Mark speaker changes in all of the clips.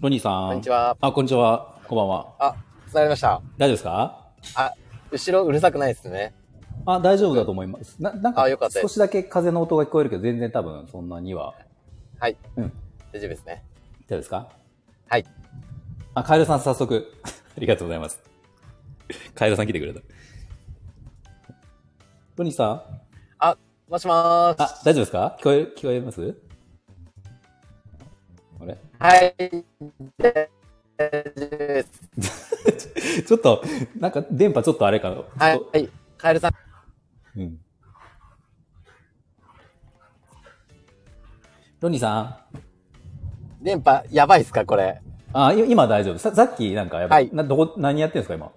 Speaker 1: ロニーさん。
Speaker 2: こんにちは。
Speaker 1: あ、こんにちは。こんばんは。
Speaker 2: あ、繋がりました。
Speaker 1: 大丈夫ですか
Speaker 2: あ、後ろうるさくないですね。
Speaker 1: あ、大丈夫だと思います。な、なんか
Speaker 2: あよかった、です
Speaker 1: 少しだけ風の音が聞こえるけど、全然多分そんなには。
Speaker 2: はい。
Speaker 1: うん。
Speaker 2: 大丈夫ですね。
Speaker 1: 大丈夫ですか
Speaker 2: はい。
Speaker 1: あ、カエルさん早速。 ありがとうございます。カエルさん来てくれた。ロニーさん。
Speaker 2: あ、もしもーし。
Speaker 1: あ、大丈夫ですか聞こえ、聞こえますあれ
Speaker 2: はい。大丈夫です。
Speaker 1: ちょっと、なんか電波ちょっとあれかな。ちょっと
Speaker 2: はい。はいカエルさん。
Speaker 1: うん。ロニーさん。
Speaker 2: 電波、やばいっすかこれ。
Speaker 1: あ、い今大丈夫。ささっきなんかやっぱ、
Speaker 2: はい
Speaker 1: などこ、何やってんですか今。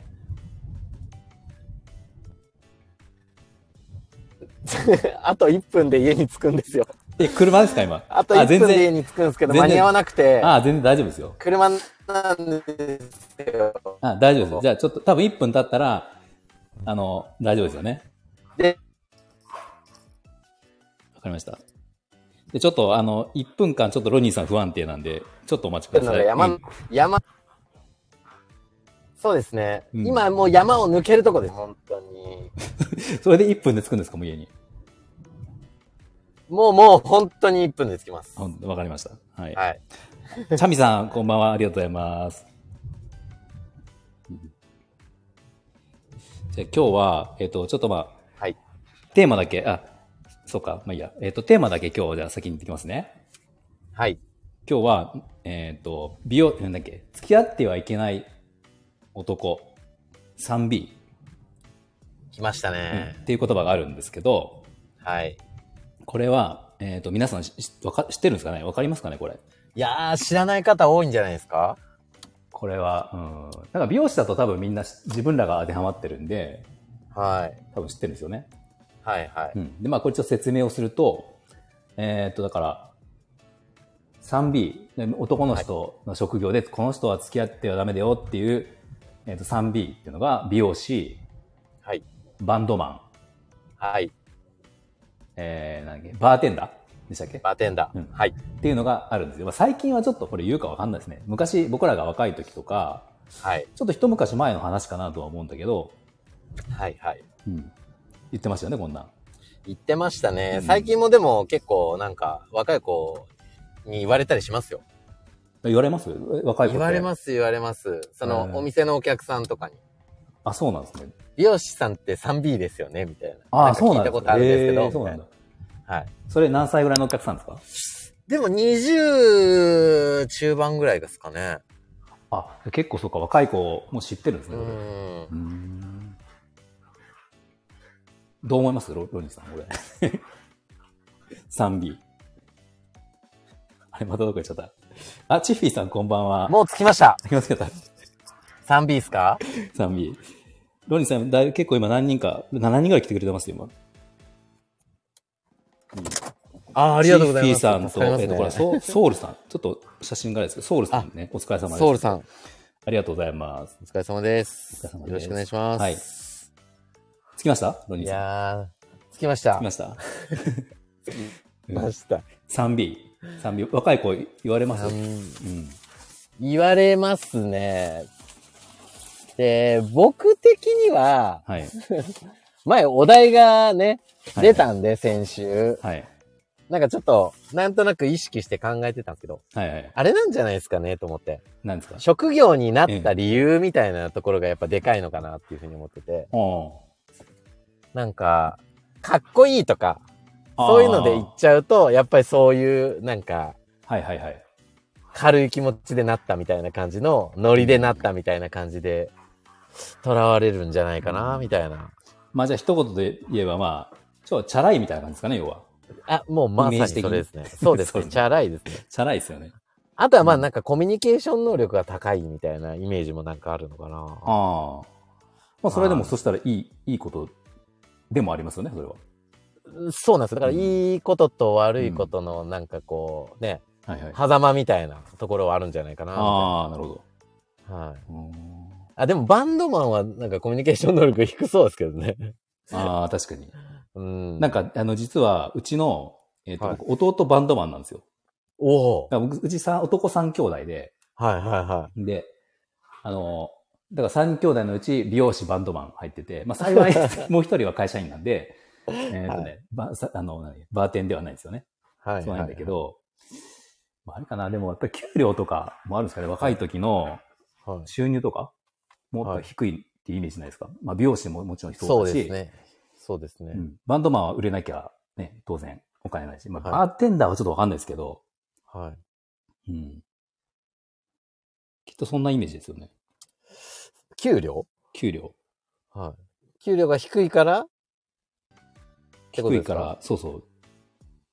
Speaker 2: あと1分で家に着くんですよ。
Speaker 1: え、車ですか今。
Speaker 2: あと
Speaker 1: あ
Speaker 2: 1
Speaker 1: 全
Speaker 2: 分で家
Speaker 1: 然。
Speaker 2: に着くんですけど、
Speaker 1: 全
Speaker 2: 間
Speaker 1: 然
Speaker 2: に合わなくて、
Speaker 1: あ、全然大丈夫ですよ。
Speaker 2: 車なんですよ。
Speaker 1: あ、大丈夫です。じゃあちょっと、多分1分経ったら、あの、大丈夫ですよね。
Speaker 2: で、
Speaker 1: わかりました。で、ちょっとあの、1分間ちょっとロニーさん不安定なんで、ちょっとお待ちくだ
Speaker 2: な
Speaker 1: さい。
Speaker 2: んか山、
Speaker 1: うん
Speaker 2: 山、そうですね。
Speaker 1: うん
Speaker 2: 今もう山を抜けるとこです。本当に。
Speaker 1: それで1分で着くんですかもう家に。
Speaker 2: もうもう本当に1分で着きます。
Speaker 1: ほんわかりました。はい。
Speaker 2: はい。
Speaker 1: チャミさん、こんばんは。ありがとうございます。じゃあ今日は、えっ、と、ちょっとま
Speaker 2: はい。
Speaker 1: あ、テーマだけ、あ、そうか、まあいいや。えっ、と、テーマだけ今日、じゃあ先に言ってきますね。
Speaker 2: はい。
Speaker 1: 今日は、えっ、と、美容、なんだっけ、付き合ってはいけない男、3B、
Speaker 2: 来ましたね。
Speaker 1: っていう言葉があるんですけど、
Speaker 2: はい。
Speaker 1: これは、えっ、と、皆さんししわか知ってるんですかねわかりますかねこれ。
Speaker 2: いやー、知らない方多いんじゃないですか
Speaker 1: これは、うん。なんか美容師だと多分みんなし自分らが当てはまってるんで、
Speaker 2: はい。
Speaker 1: 多分知ってるんですよね。
Speaker 2: はいは
Speaker 1: う
Speaker 2: い。
Speaker 1: ん、で、まあ、これちょっと説明をすると、えーっと、だから、3B、で男の人の職業で、この人は付き合ってはダメだよっていう、えーっと、3B っていうのが、美容師、
Speaker 2: はい。
Speaker 1: バンドマン、
Speaker 2: はい。
Speaker 1: えー、なんだっけ、バーテンダーでしたっけっ
Speaker 2: バーテンダー。
Speaker 1: うん
Speaker 2: はい。
Speaker 1: ていうのがあるんですよ。まあ、最近はちょっとこれ言うかわかんないですね。昔、僕らが若い時とか、
Speaker 2: はい。
Speaker 1: ちょっと一昔前の話かなとは思うんだけど、
Speaker 2: はいはい。
Speaker 1: うん、言ってましたよね、こんなん。
Speaker 2: 言ってましたね。
Speaker 1: うん
Speaker 2: 最近もでも結構なんか若い子に言われたりしますよ。
Speaker 1: 言われます若い子
Speaker 2: 言われ
Speaker 1: す。
Speaker 2: ます言われます。そ
Speaker 1: へ
Speaker 2: の
Speaker 1: ー
Speaker 2: お店のお客さんとかに。
Speaker 1: あ、そうなんですね。
Speaker 2: 美容師さんって 3B ですよねみたいな。
Speaker 1: あ
Speaker 2: な
Speaker 1: あ、
Speaker 2: んか
Speaker 1: そう
Speaker 2: 聞
Speaker 1: ないんで
Speaker 2: た
Speaker 1: す
Speaker 2: ことあるんですけど。
Speaker 1: えーそうなん
Speaker 2: み
Speaker 1: だ。
Speaker 2: たいなはい。
Speaker 1: それ何歳ぐらいのお客さんですか
Speaker 2: でも20中盤ぐらいですかね。
Speaker 1: あ、結構そうか、若い子も知ってるんですね。
Speaker 2: う
Speaker 1: これ
Speaker 2: ん。
Speaker 1: うーんどう思いますロロニーさん、これ。3B。あれ、またどこ行っちゃった。あ、チッフィーさん、こんばんは。
Speaker 2: もう着きました。
Speaker 1: ありますけど、
Speaker 2: 3B ですか
Speaker 1: 3B。ロニーさん、だいぶ結構今何人か、7人ぐらい来てくれてますよ、今。
Speaker 2: あーあ
Speaker 1: あ
Speaker 2: りがとうございます。
Speaker 1: チッフィーさん
Speaker 2: 助
Speaker 1: と、
Speaker 2: かります
Speaker 1: えっと、これ、
Speaker 2: ね
Speaker 1: ソウソウルさん。ちょっと写真があれですけど、ソウルさんね、お疲れ様です。
Speaker 2: ソウルさん、お
Speaker 1: ありがとうございます。
Speaker 2: 疲れ様です。
Speaker 1: お疲れ様です
Speaker 2: よろしくお願いします。
Speaker 1: はい。着きましたロニ
Speaker 2: い
Speaker 1: ーさん。
Speaker 2: やー、着きました。
Speaker 1: 着きました
Speaker 2: 着きました。
Speaker 1: 3B。3B。若い子言われます
Speaker 2: うん
Speaker 1: うん。
Speaker 2: 言われますね。で、僕的には、
Speaker 1: はい。
Speaker 2: 前お題がね、
Speaker 1: はい
Speaker 2: 出たんで、先週。
Speaker 1: はい。
Speaker 2: なんかちょっと、なんとなく意識して考えてたんですけど、
Speaker 1: はいはい。
Speaker 2: あれなんじゃないですかね、と思って。
Speaker 1: 何ですか
Speaker 2: 職業になった理由みたいなところがやっぱでかいのかなっていうふうに思ってて、
Speaker 1: お
Speaker 2: なんか、かっこいいとか、
Speaker 1: あー
Speaker 2: そういうので言っちゃうと、やっぱりそういう、なんか、
Speaker 1: はいはいはい。
Speaker 2: 軽い気持ちでなったみたいな感じの、ノリでなったみたいな感じで、囚われるんじゃないかな、みたいな。
Speaker 1: まあじゃあ一言で言えばまあ、ちょっとチャラいみたいな感じですかね、要は。
Speaker 2: あ、もうまさ
Speaker 1: イメー
Speaker 2: に
Speaker 1: ジ的
Speaker 2: そ
Speaker 1: に
Speaker 2: れですね。そうで す
Speaker 1: そう
Speaker 2: ね。
Speaker 1: ですね
Speaker 2: チャラいですね。
Speaker 1: チャラいですよね。
Speaker 2: あとはまあなんかコミュニケーション能力が高いみたいなイメージもなんかあるのかな。
Speaker 1: ああ。まあそれでも
Speaker 2: はい
Speaker 1: そしたらいい、いいことでもありますよね、それは。
Speaker 2: そうなんですよ。だから
Speaker 1: うん
Speaker 2: いいことと悪いことのなんかこう、ね、
Speaker 1: はいはい。
Speaker 2: 狭間みたいなところはあるんじゃないかなみたいな。
Speaker 1: ああ、なるほど。
Speaker 2: はい。
Speaker 1: うーん
Speaker 2: あ、でもバンドマンはなんかコミュニケーション能力低そうですけど ね。
Speaker 1: ああ、確かに。
Speaker 2: うん。
Speaker 1: なん
Speaker 2: か、
Speaker 1: か、あの、実は、うちの、えっ、と、
Speaker 2: はい
Speaker 1: 僕弟バンドマンなんですよ。
Speaker 2: おお。
Speaker 1: だから僕うちさん、男三兄弟で、
Speaker 2: はいはいは
Speaker 1: で、あの、だから3兄弟のうち美容師、バンドマン入ってて、まあ幸い もう一人は会社員なんで、えっと
Speaker 2: は
Speaker 1: ね、ばさあの、何バーテンではないですよね。
Speaker 2: い。はい。
Speaker 1: そうなんだけ。ど、まあ、あれかな、でもやっぱり給料とかもあるんですかね、若い時の
Speaker 2: はい、
Speaker 1: 収入とか、もっと低いっていうイメージないですか。まあ美容師ももちろん
Speaker 2: そ
Speaker 1: そう
Speaker 2: う
Speaker 1: だし、
Speaker 2: ですね。そうですね。
Speaker 1: うん、バンドマンは売れなきゃ、ね、当然お金ないし、まあ
Speaker 2: は
Speaker 1: バーテンダーはちょっとわかんないですけど、
Speaker 2: はい。
Speaker 1: うん。きっとそんなイメージですよね、
Speaker 2: 給料
Speaker 1: 給料。
Speaker 2: はい。給料が低いからってこと
Speaker 1: 低
Speaker 2: で
Speaker 1: い
Speaker 2: すか
Speaker 1: から、そうそう。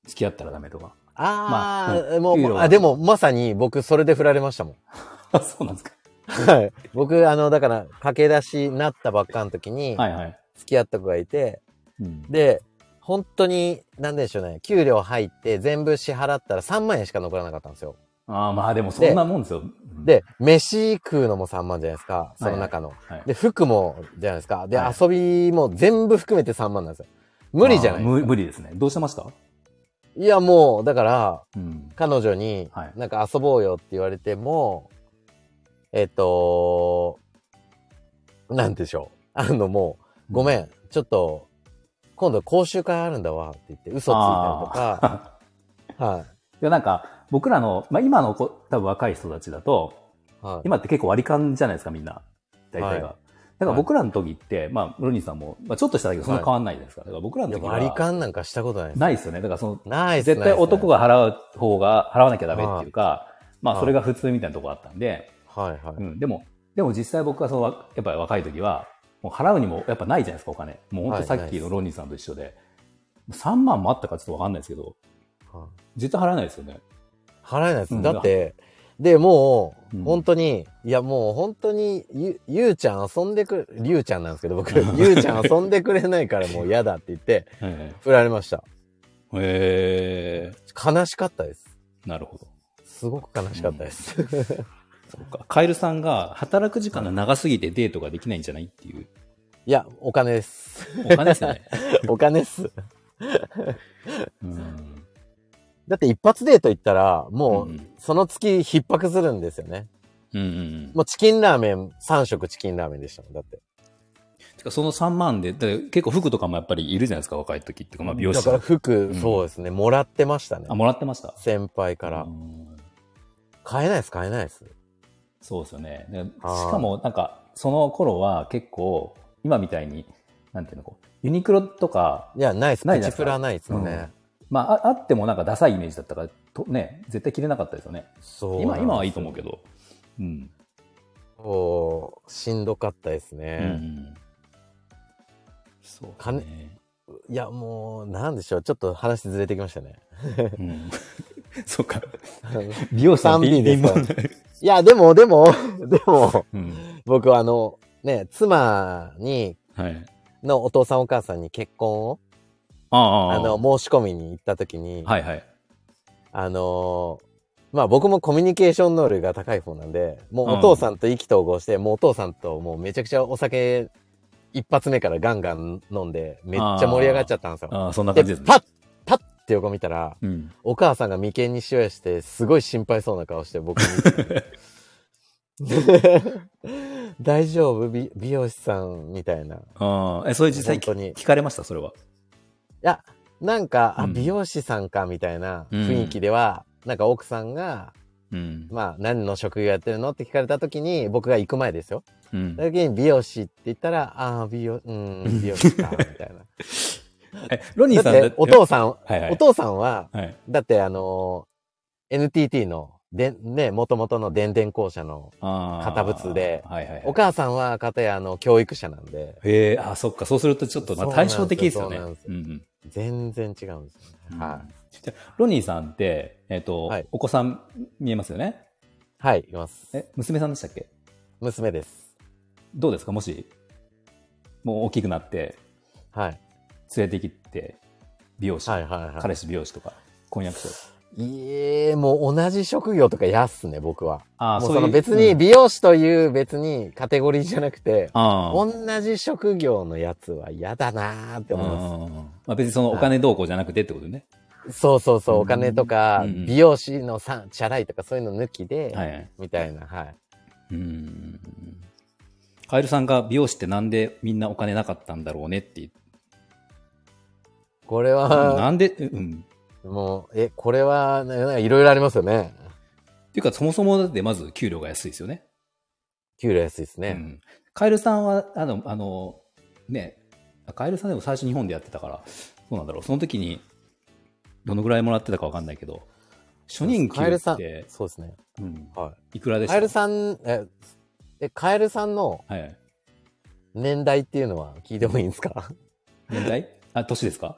Speaker 1: 付き合ったらダメとか。
Speaker 2: あ
Speaker 1: ま
Speaker 2: あ、
Speaker 1: あ
Speaker 2: も
Speaker 1: 給料
Speaker 2: う、
Speaker 1: は
Speaker 2: あ、でも、まさに僕、それで振られましたもん。
Speaker 1: あ、そうなんですか。
Speaker 2: はい。僕、あの、だから、駆け出しになったばっかの時に、
Speaker 1: はいはい。
Speaker 2: 付き合った子がいて、
Speaker 1: うん、
Speaker 2: で、本当に、なんでしょうね、給料入って全部支払ったら3万円しか残らなかったんですよ。
Speaker 1: ああ、まあでもそんなもんですよ。うん、
Speaker 2: で、飯食うのも3万じゃないですか、その中の。
Speaker 1: はい
Speaker 2: で、服もじゃないですか。で、
Speaker 1: はい
Speaker 2: 遊びも全部含めて3万なんですよ。無理じゃない
Speaker 1: あー無無理ですね。どうしてました
Speaker 2: いや、もう、だから、
Speaker 1: うん。
Speaker 2: 彼女に
Speaker 1: はい、
Speaker 2: なんか遊ぼうよって言われても、えっと、なんでしょう。あの、もう、ごめん、ちょっと、今度講習会あるんだわって言って、嘘ついたり
Speaker 1: あ
Speaker 2: とか、はい
Speaker 1: ーいや、なんか、僕らの、まあ今の子、多分若い人たちだと、。
Speaker 2: はい
Speaker 1: 今って結構割り勘じゃないですか、みんな。大体が。
Speaker 2: は
Speaker 1: だから僕らの時って、まあ、ロニーさんも、まあ、ちょっとしただけどそんな変わんないじゃないですか。だから僕ら
Speaker 2: い
Speaker 1: の
Speaker 2: や
Speaker 1: 時は。
Speaker 2: 割り勘なんかしたことないです。
Speaker 1: ないですよね。だからその、
Speaker 2: ないっす
Speaker 1: 絶対男。が払う方が、払わなきゃダメっていうか、まあ
Speaker 2: はい
Speaker 1: それが普通みたいなところあったんで、
Speaker 2: ないっすねはいは
Speaker 1: う
Speaker 2: い。
Speaker 1: ん、でも、でも実際僕はその、わやっぱり若い時は、もう払うにもやっぱないじゃないですか、お金。もう本当さ
Speaker 2: は
Speaker 1: っ
Speaker 2: いな
Speaker 1: き
Speaker 2: いです
Speaker 1: のロニーさんと一緒で。3万もあったかちょっとわかんないですけど、
Speaker 2: はい
Speaker 1: 絶対払えないですよね。
Speaker 2: 払えないです。
Speaker 1: うん
Speaker 2: だって、で、も
Speaker 1: うん
Speaker 2: う、本当に、いや、もう本当に、ゆ、ゆうちゃん遊んでくれ、りゅうちゃんなんですけど、 僕、ゆうちゃん遊んでくれないからもう嫌だって言って、
Speaker 1: え
Speaker 2: 振られました。
Speaker 1: ええ
Speaker 2: 悲しかったです。
Speaker 1: なるほど。
Speaker 2: すごく悲しかったです。
Speaker 1: そうか。カエルさんが働く時間が長すぎてデートができないんじゃないっていう。
Speaker 2: いや、お金です。
Speaker 1: お金ですよ ね。
Speaker 2: お金っす。
Speaker 1: うん。
Speaker 2: だって一発デート行ったら、も
Speaker 1: う、
Speaker 2: うんその月、逼迫するんですよね。
Speaker 1: うんうんうん。
Speaker 2: もう、チキンラーメン、3食チキンラーメンでしたもん、だって。
Speaker 1: てかその3万で、だから結構服とかもやっぱりいるじゃないですか、若い時っていうか、まあ美容師
Speaker 2: だから
Speaker 1: う
Speaker 2: 服
Speaker 1: ん、
Speaker 2: そうですね、もらってましたね
Speaker 1: あ、。もらってました。
Speaker 2: 先輩か
Speaker 1: う
Speaker 2: ら。
Speaker 1: ん
Speaker 2: 買えないです、買えないです。
Speaker 1: そうですよね。でし
Speaker 2: あー
Speaker 1: かも、なんか、その頃は結構、今みたいに、なんていうの、こう、ユニクロとか、
Speaker 2: いや、ないです。
Speaker 1: ない
Speaker 2: プ
Speaker 1: じゃない
Speaker 2: チ
Speaker 1: ですか
Speaker 2: プラないですよね。
Speaker 1: まあ、ああってもなんかダサいイメージだったから、とね、絶対着れなかったですよね。
Speaker 2: そう。
Speaker 1: 今、今はいいと思う
Speaker 2: う
Speaker 1: けど。うん。
Speaker 2: ど。そう、しんどかったです
Speaker 1: うんう
Speaker 2: ね。
Speaker 1: んそうです
Speaker 2: 金
Speaker 1: ね。
Speaker 2: いや、もう、なんでしょう。ちょっと話ずれてきましたね。
Speaker 1: うん。 そうか。美容師さん
Speaker 2: 3B ですか
Speaker 1: 貧乏ない
Speaker 2: や、でも、でも、 でも、
Speaker 1: うん。
Speaker 2: 僕はあの、ね、妻に、
Speaker 1: はい。
Speaker 2: のお父さんお母さんに結婚を、
Speaker 1: ああ、あ
Speaker 2: あ
Speaker 1: あ。
Speaker 2: の、申し込みに行った時に、
Speaker 1: はいはい。
Speaker 2: あのーまあ僕もコミュニケーション能力が高い方なんで、もうお父さんと意気投合して、もうお父さんともうめちゃくちゃお酒一発目からガンガン飲んで、めっちゃ盛り上がっちゃったんですよ。
Speaker 1: ああ、そんな
Speaker 2: で
Speaker 1: 感じです、ね
Speaker 2: パ。ッ、パッって横見たら、
Speaker 1: うん。
Speaker 2: お母さんが眉間にしわ寄せて、すごい心配そうな顔して僕に。 で大丈夫美美容師さんみたいな。い
Speaker 1: ああ、え、それ実際
Speaker 2: 本当に
Speaker 1: 聞かれました、それは。
Speaker 2: や、なんか、あ
Speaker 1: うん
Speaker 2: 美容師さんかみたいな雰囲気では、なんか奥さんが、
Speaker 1: うん。
Speaker 2: まあ、何の職業やってるのって聞かれた時に、僕が行く前ですよ。
Speaker 1: うん
Speaker 2: その時に美容師って言ったら、ああ、美容、うーん、美容師か、みた いな。
Speaker 1: え、ロニーさん
Speaker 2: だって、お父さん、
Speaker 1: はいはい
Speaker 2: お父さんは、
Speaker 1: はい。
Speaker 2: だって、あのー NTT の、で、ね、もともとの電電公社の、
Speaker 1: あー
Speaker 2: 堅物で
Speaker 1: はいはいはい、
Speaker 2: お母さんは、かたや、あの、教育者なんで、
Speaker 1: へえ、あ、そっか、そうするとちょっと、まあ、
Speaker 2: そうなん
Speaker 1: 対
Speaker 2: ですよ
Speaker 1: 照的ですよね。
Speaker 2: そうなんです
Speaker 1: う
Speaker 2: よ
Speaker 1: ん
Speaker 2: 全然違うんですよ
Speaker 1: う
Speaker 2: ね。
Speaker 1: ん。
Speaker 2: はい。
Speaker 1: い。じゃあロニーさんって、えっ、と、
Speaker 2: はい
Speaker 1: お子さん見えますよね。
Speaker 2: はい、います。
Speaker 1: え、娘さんでしたっけ
Speaker 2: 娘です。
Speaker 1: どうですかもし、もう大きくなって、
Speaker 2: はい。
Speaker 1: 連れてきて、美容師、
Speaker 2: はい、はい、はい。
Speaker 1: 彼氏美容師とか、婚約者。
Speaker 2: いえ、もう同じ職業とか嫌っすね、僕は。
Speaker 1: あー
Speaker 2: もうその
Speaker 1: いう
Speaker 2: 別に
Speaker 1: うん
Speaker 2: 美容師という別にカテゴリーじゃなくて、
Speaker 1: あー
Speaker 2: 同じ職業のやつは嫌だなーって思いま
Speaker 1: うんまあ別にそのお金動向じゃなくてってことね。
Speaker 2: す。そうそうそう、
Speaker 1: うん
Speaker 2: お金とか、
Speaker 1: うんうん
Speaker 2: 美容師のさ、チャラいとかそういうの抜きで、
Speaker 1: はい。
Speaker 2: みたいな、はい。
Speaker 1: うん。カエルさんが美容師ってなんでみんなお金なかったんだろうねって言って、
Speaker 2: これ
Speaker 1: な
Speaker 2: は、
Speaker 1: んで、うん。
Speaker 2: もう、え、これは、ななんかいろいろありますよね。
Speaker 1: っていうか、そもそもだってまず給料が安いですよね。
Speaker 2: 給料安いです
Speaker 1: う
Speaker 2: ね。
Speaker 1: ん。カエルさんは、あの、あの、ね、カエルさんでも最初日本でやってたから、そうなんだろう。その時に、どのぐらいもらってたかわかんないけど、初任給
Speaker 2: カエルさ
Speaker 1: っ
Speaker 2: ん
Speaker 1: て、、
Speaker 2: そうですね。
Speaker 1: うん、
Speaker 2: はい
Speaker 1: くらで
Speaker 2: い。
Speaker 1: した
Speaker 2: カエルさん、え、えカエルさんの
Speaker 1: はい。
Speaker 2: 年代っていうのは聞いてもいいんですか
Speaker 1: 年代あ、年ですか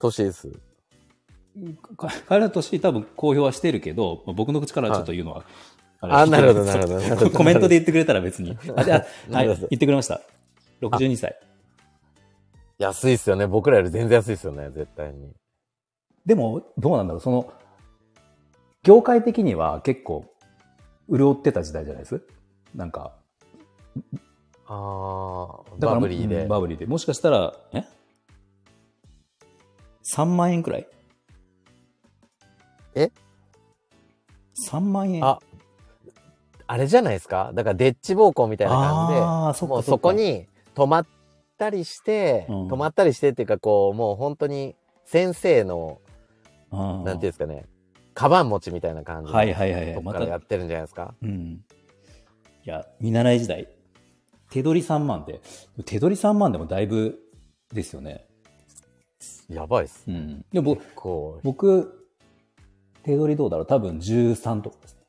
Speaker 2: 年です。
Speaker 1: か彼らとして多分公表はしてるけど、まあ僕の口からはちょっと言うのは、
Speaker 2: あ、なるほど、なる
Speaker 1: ほ
Speaker 2: ほど。なるほど
Speaker 1: コメントで。言ってくれたら別に。あ、じゃあ、は、
Speaker 2: ないる
Speaker 1: 言
Speaker 2: ほ
Speaker 1: って
Speaker 2: ど
Speaker 1: くれました。62歳。
Speaker 2: 安いっすよね。僕らより全然安いっすよね、絶対に。
Speaker 1: でも、どうなんだろう、その、業界的には結構、潤ってた時代じゃないですなんか、
Speaker 2: ああ、
Speaker 1: だから
Speaker 2: バブリー
Speaker 1: う
Speaker 2: で
Speaker 1: ん。バブリーで。もしかしたら、え ?3 万円くらい
Speaker 2: え
Speaker 1: ?3 万円
Speaker 2: ああれじゃないですかだから、デッチ暴行みたいな感
Speaker 1: あー
Speaker 2: じ
Speaker 1: そ
Speaker 2: で、
Speaker 1: っか
Speaker 2: も
Speaker 1: そ
Speaker 2: う
Speaker 1: っ
Speaker 2: そ
Speaker 1: か
Speaker 2: こに泊まったりして、
Speaker 1: うん
Speaker 2: 泊まったりしてっていうか、こう、もう本当に先生の、
Speaker 1: あ
Speaker 2: なんていうんですかね、カバン持ちみたいな感じの
Speaker 1: はいはいはいは
Speaker 2: と
Speaker 1: い。
Speaker 2: こ
Speaker 1: ま
Speaker 2: からや
Speaker 1: た
Speaker 2: っ、てるんじゃないですか。
Speaker 1: うん。いや、見習い時代。手取り3万で。手取り3万でもだいぶですよね。
Speaker 2: やばいっす。
Speaker 1: うん。でも僕、
Speaker 2: こ
Speaker 1: 僕、手取りどうだろう多分13とかですね。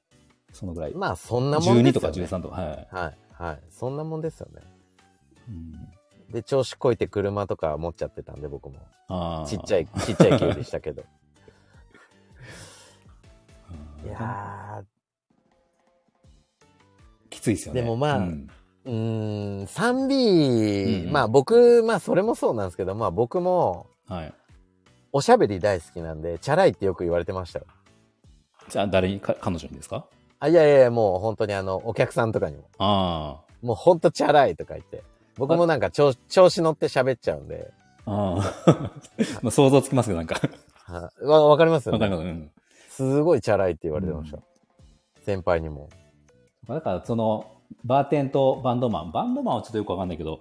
Speaker 1: そのぐらい。
Speaker 2: う、まあ、そんなもん
Speaker 1: 12
Speaker 2: です
Speaker 1: とか
Speaker 2: よ、ね。
Speaker 1: 13とか。はい。
Speaker 2: はい、はい。そんなもんですよね。
Speaker 1: うん
Speaker 2: で、調子こいて車とか持っちゃってたんで、僕も。
Speaker 1: あー
Speaker 2: ちっちゃい、ちっちゃい系でしたけ ど。
Speaker 1: うん
Speaker 2: いや
Speaker 1: きついですよね。
Speaker 2: でもまあ
Speaker 1: うん
Speaker 2: ー、うーん、3B、
Speaker 1: うんうん
Speaker 2: まあ僕、まあそれもそうなんですけど、まあ僕も、
Speaker 1: はい。
Speaker 2: おしゃべり大好きなんで、チャラいってよく言われてましたよ。
Speaker 1: じゃあ、誰にか、彼女にですか
Speaker 2: あ、いやいやいや、もう本当にあの、お客さんとかにも、
Speaker 1: あ
Speaker 2: もうほんとチャラいとか言って。僕もなんか調調子乗って喋っちゃうんで。
Speaker 1: あ。ああ。 まあ、想像つきますけど、なんか。
Speaker 2: はわ、わかりますよ
Speaker 1: わかり
Speaker 2: ね。
Speaker 1: ます。うん。
Speaker 2: すごいチャラいって言われてました。先輩にも。
Speaker 1: だから、その、バーテンとバンドマン。バンドマンはちょっとよくわかんないけど、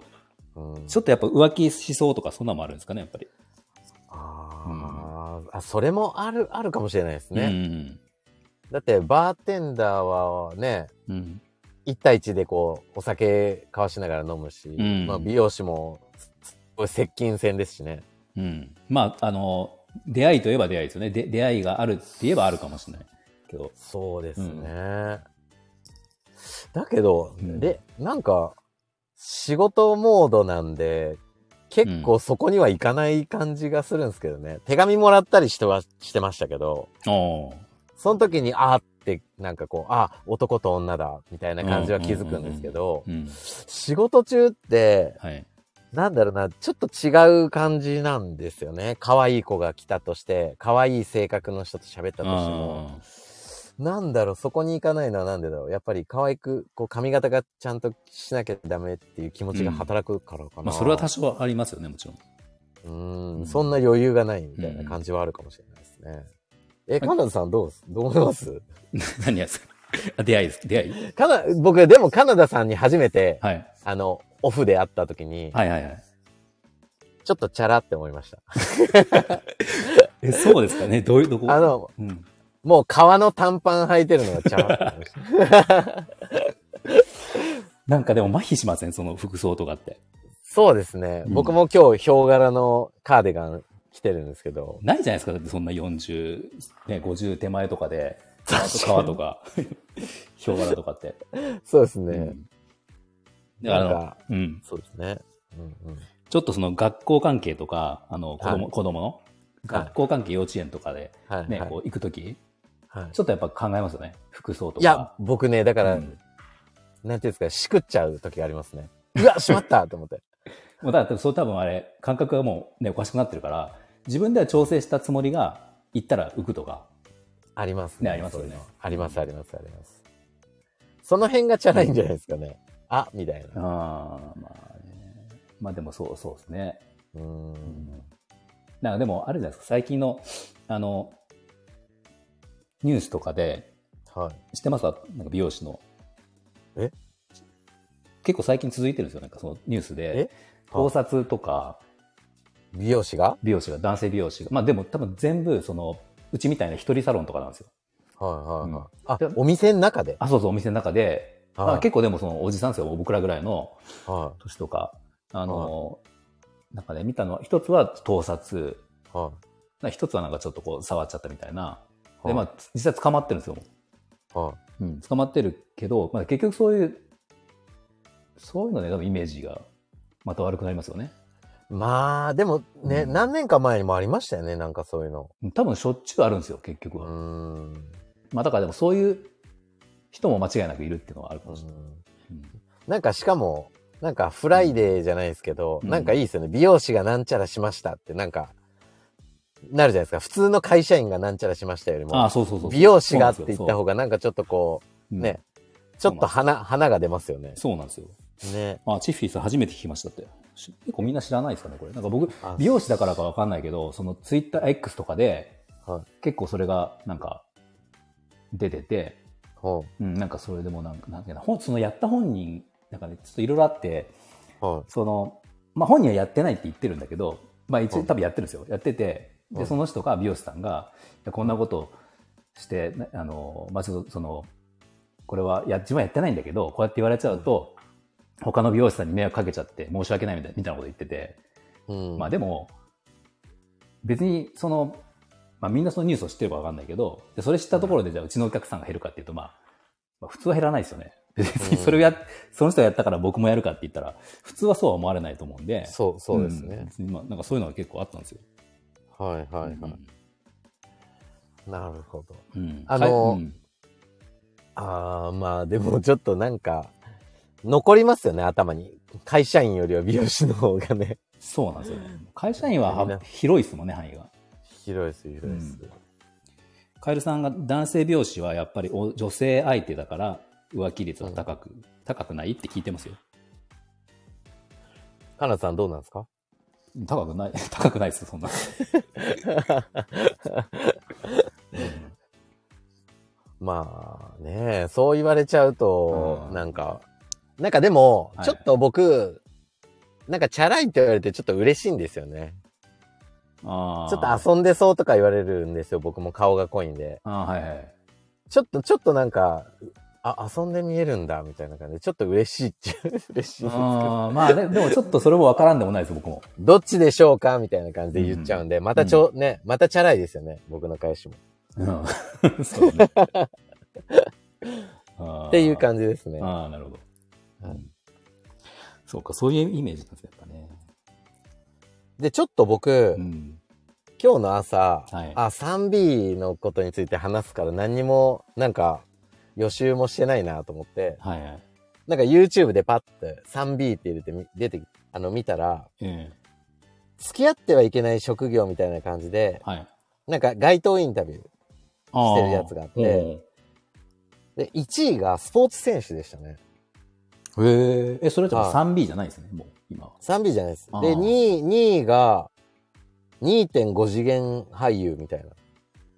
Speaker 2: うん、
Speaker 1: ちょっとやっぱ浮気しそうとか、そんなのもあるんですかね、やっぱり。
Speaker 2: あーあ、それもある、あるかもしれないですね。
Speaker 1: ね。
Speaker 2: だって、バーテンダーはね、
Speaker 1: うん。うん。
Speaker 2: 一対一でこう、お酒交わしながら飲むし、
Speaker 1: ん
Speaker 2: まあ美容師も、すごい接近戦ですしね。
Speaker 1: うん。まあ、あの、出会いといえば出会いですよね。で出会いがあるって言えばあるかもしれないけど。
Speaker 2: そうですね。
Speaker 1: うん
Speaker 2: だけど、
Speaker 1: うん
Speaker 2: で、なんか、仕事モードなんで、結構そこにはいかない感じがするんですけどね。手紙もらったりしては、してましたけど、
Speaker 1: おー
Speaker 2: その時に、あーって、なんかこう、あ、男と女だ、みたいな感じは気づくんですけど
Speaker 1: う、ん。
Speaker 2: 仕事中って、
Speaker 1: はい。
Speaker 2: なんだろうな、ちょっと違う感じなんですよね。可愛い子が来たとして、可愛い性格の人と喋ったとしても、
Speaker 1: あ
Speaker 2: なんだろう、そこに行かないのはなんでだろう。やっぱり可愛く、こう髪型がちゃんとしなきゃダメっていう気持ちが働くからか
Speaker 1: ー
Speaker 2: な。
Speaker 1: まあ、それは多少ありますよね、もちろん。
Speaker 2: うーん、そんな余裕がないみたいな感じはあるかもしれないですね。え、カナダさんどうすどう思います
Speaker 1: 何やですかあ出会いです。出会い
Speaker 2: カナ、 僕、でもカナダさんに初めて、
Speaker 1: はい。
Speaker 2: あの、オフで会った時に、
Speaker 1: はいはいはい。
Speaker 2: ちょっとチャラって思いました。
Speaker 1: え、そうですかね。どういう、どこ
Speaker 2: あ、の、
Speaker 1: うん。
Speaker 2: もう革の短パン履いてるのがチャラって思いま した。
Speaker 1: なんかでも麻痺しませんその服装とかって。
Speaker 2: そうですね。僕も今日、ヒョウ柄のカーディガン着てるんですけど、
Speaker 1: ないじゃないですか。だってそんな40、ね、50手前とかで、川とか、 ヒョウ柄とかって。
Speaker 2: そうです
Speaker 1: う
Speaker 2: ね。
Speaker 1: んだからあ
Speaker 2: なん
Speaker 1: の
Speaker 2: か、
Speaker 1: うん。
Speaker 2: そうですね。うんうん。
Speaker 1: ちょっとその学校関係とか、あの、子供、
Speaker 2: はい
Speaker 1: 子供の、学校関係幼稚園とかで、
Speaker 2: はい、
Speaker 1: ね、
Speaker 2: はい
Speaker 1: こう行くとき、
Speaker 2: はい
Speaker 1: ちょっとやっぱ考えますよね。服装とか。
Speaker 2: いや、僕ね、だから、
Speaker 1: うん
Speaker 2: なんていうんですか、しくっちゃう時があります ね。うわ、しまったと思って。
Speaker 1: もうだから、そう多分あれ、感覚がもうね、おかしくなってるから、自分では調整したつもりが、行ったら浮くとか。
Speaker 2: あります
Speaker 1: ねありますよね
Speaker 2: そういうのあります、あります、あります。その辺がチャラいんじゃないですかね。あ、みたい
Speaker 1: ああ、
Speaker 2: な。
Speaker 1: まあね。まあでもそう、そうですね。
Speaker 2: うーん。
Speaker 1: なんかでも、あるじゃないですか、最近の、あの、ニュースとかで、
Speaker 2: はい。
Speaker 1: 知ってますなんか美容師の。
Speaker 2: え
Speaker 1: 結構最近続いてるんですよ、なんかそのニュースで
Speaker 2: え。
Speaker 1: 盗撮とか、
Speaker 2: 美容師が
Speaker 1: 美容師が、男性美容師が。まあでも多分全部、その、うちみたいな一人サロンとかなんですよ。
Speaker 2: はいはいはい。
Speaker 1: うん
Speaker 2: あ、お店の中で
Speaker 1: あ、そうそう、お店の中で、
Speaker 2: はい
Speaker 1: まあ、結構でもそのおじさんですよ、僕らぐらいの
Speaker 2: は
Speaker 1: 年とか、あの、なんかね、見たのは、一つは盗撮、
Speaker 2: い。は
Speaker 1: な一つはなんかちょっとこう触っちゃったみたいな。
Speaker 2: い。
Speaker 1: で、まあ、実際捕まってるんですよ。
Speaker 2: あ、はい。
Speaker 1: うん、捕まってるけど、まあ、結局そういう、そういうのね、多分イメージがまた悪くなりますよね。
Speaker 2: まあ、でもね、
Speaker 1: うん
Speaker 2: 何年か前にもありましたよね、なんかそういうの。
Speaker 1: 多分しょっちゅうあるんですよ、結局
Speaker 2: うー
Speaker 1: は。
Speaker 2: ん。う
Speaker 1: まあ、だからでもそういう人も間違いなくいるっていうのはあるかもしれない。
Speaker 2: ん
Speaker 1: うん
Speaker 2: なんかしかも、なんかフライデーじゃないですけど、
Speaker 1: うん
Speaker 2: なんかいいですよね。美容師がなんちゃらしましたって、なんか、なるじゃないですか。普通の会社員がなんちゃらしましたより
Speaker 1: あ
Speaker 2: も
Speaker 1: あ、、そうそうそうそう。
Speaker 2: 美容師がって言った
Speaker 1: が
Speaker 2: 方がなんかちょっとこう、ね、、ち
Speaker 1: そ
Speaker 2: ょ
Speaker 1: う
Speaker 2: っと花、花が出ますよね
Speaker 1: うん。そうなんですよ。
Speaker 2: ね。
Speaker 1: あ、チッフィーさん初めて聞きましたって。し結構みんな知らないですかね、これ。なんか僕、
Speaker 2: あ
Speaker 1: 美容師だからかわかんないけど、そのツイッター X とかで、
Speaker 2: はい
Speaker 1: 結構それがなんか出てて、
Speaker 2: ほ
Speaker 1: うん、なんかそれでもなんか、なんていうの、本そのやった本人、なんかね、ちょっといろいろあって、
Speaker 2: う。はい。
Speaker 1: その、まあ本人はやってないって言ってるんだけど、まあ一応
Speaker 2: うん
Speaker 1: 多分やってるんですよ。やってて、
Speaker 2: う
Speaker 1: で、
Speaker 2: ん
Speaker 1: その人が美容師さんが、いやこんなことして、なあの、まあちょっとその、これはや、自分はやってないんだけど、こうやって言われちゃうと、他の美容師さんに迷惑かけちゃって申し訳ないみたいみたいなこと言ってて、
Speaker 2: うん。
Speaker 1: まあでも、別にその、まあみんなそのニュースを知ってるかわかんないけど、でそれ知ったところでじゃあうちのお客さんが減るかっていうと、まあ、まあ普通は減らないですよね。 別にそれをやっ、その人がやったから僕もやるかって言ったら、普通はそうは思われないと思うんで。
Speaker 2: そう、そうですね。
Speaker 1: うん。まあなんかそういうのが結構あったんですよ。
Speaker 2: はいはいはい。なるほど。
Speaker 1: うん。
Speaker 2: あのー
Speaker 1: うん
Speaker 2: ああ、まあでもちょっとなんか、残りますよね、頭に。会社員よりは美容師の方がね。
Speaker 1: そうなんですよね。会社員は
Speaker 2: みんな
Speaker 1: は広いですもんね、範囲が。
Speaker 2: 広いです、広いです。
Speaker 1: カエルさんが男性美容師はやっぱりお女性相手だから浮気率は高く、高くないって聞いてますよ。
Speaker 2: かなさんどうなんですか
Speaker 1: 高くない、 高くないですよ、そんな。
Speaker 2: まあね、そう言われちゃうと
Speaker 1: う、ん
Speaker 2: なんか、なんかでも
Speaker 1: は、い
Speaker 2: ちょっと僕、なんかチャラいって言われてちょっと嬉しいんですよね。
Speaker 1: あ
Speaker 2: ちょ
Speaker 1: あ
Speaker 2: っと遊んでそうとか言われるんですよ、僕も顔が濃いんで。
Speaker 1: あーはいはい。
Speaker 2: ちょっと、ちょっとなんか、あ、遊んで見えるんだ、みたいな感じで、ちょっと嬉しいっちゃ 嬉しいんですけど。
Speaker 1: あーまあで でもちょっとそれもわからんでもないです、僕も。
Speaker 2: どっちでしょうかみたいな感じで言っちゃうんで、またちょ、ね、またチャラいですよね。僕の返しも。
Speaker 1: うん。 そう ね。っ
Speaker 2: っていう感じですね
Speaker 1: じ。あーあー、なるほど。
Speaker 2: はい
Speaker 1: そうか、そういうイメージなんですね、やっぱね。
Speaker 2: で、ちょっと僕、
Speaker 1: うん。
Speaker 2: 今日の朝、
Speaker 1: はい
Speaker 2: あ、3B のことについて話すから何にも、なんか、予習もしてないなと思って、
Speaker 1: はいはい。
Speaker 2: なんか YouTube でパッて 3B って入れてみ、出て、あの、見たら、
Speaker 1: ええ
Speaker 2: 付き合ってはいけない職業みたいな感じで、
Speaker 1: はい。
Speaker 2: なんか街頭インタビュー。
Speaker 1: あー
Speaker 2: してるやつがあって。で、1位がスポーツ選手でしたね。
Speaker 1: うんへえ。え、それってもう
Speaker 2: はい
Speaker 1: 3B じゃないですね、もう、今は。
Speaker 2: 3B じゃないです。
Speaker 1: あ
Speaker 2: で、
Speaker 1: ー
Speaker 2: 2位、2位が、2.5次元俳優みたい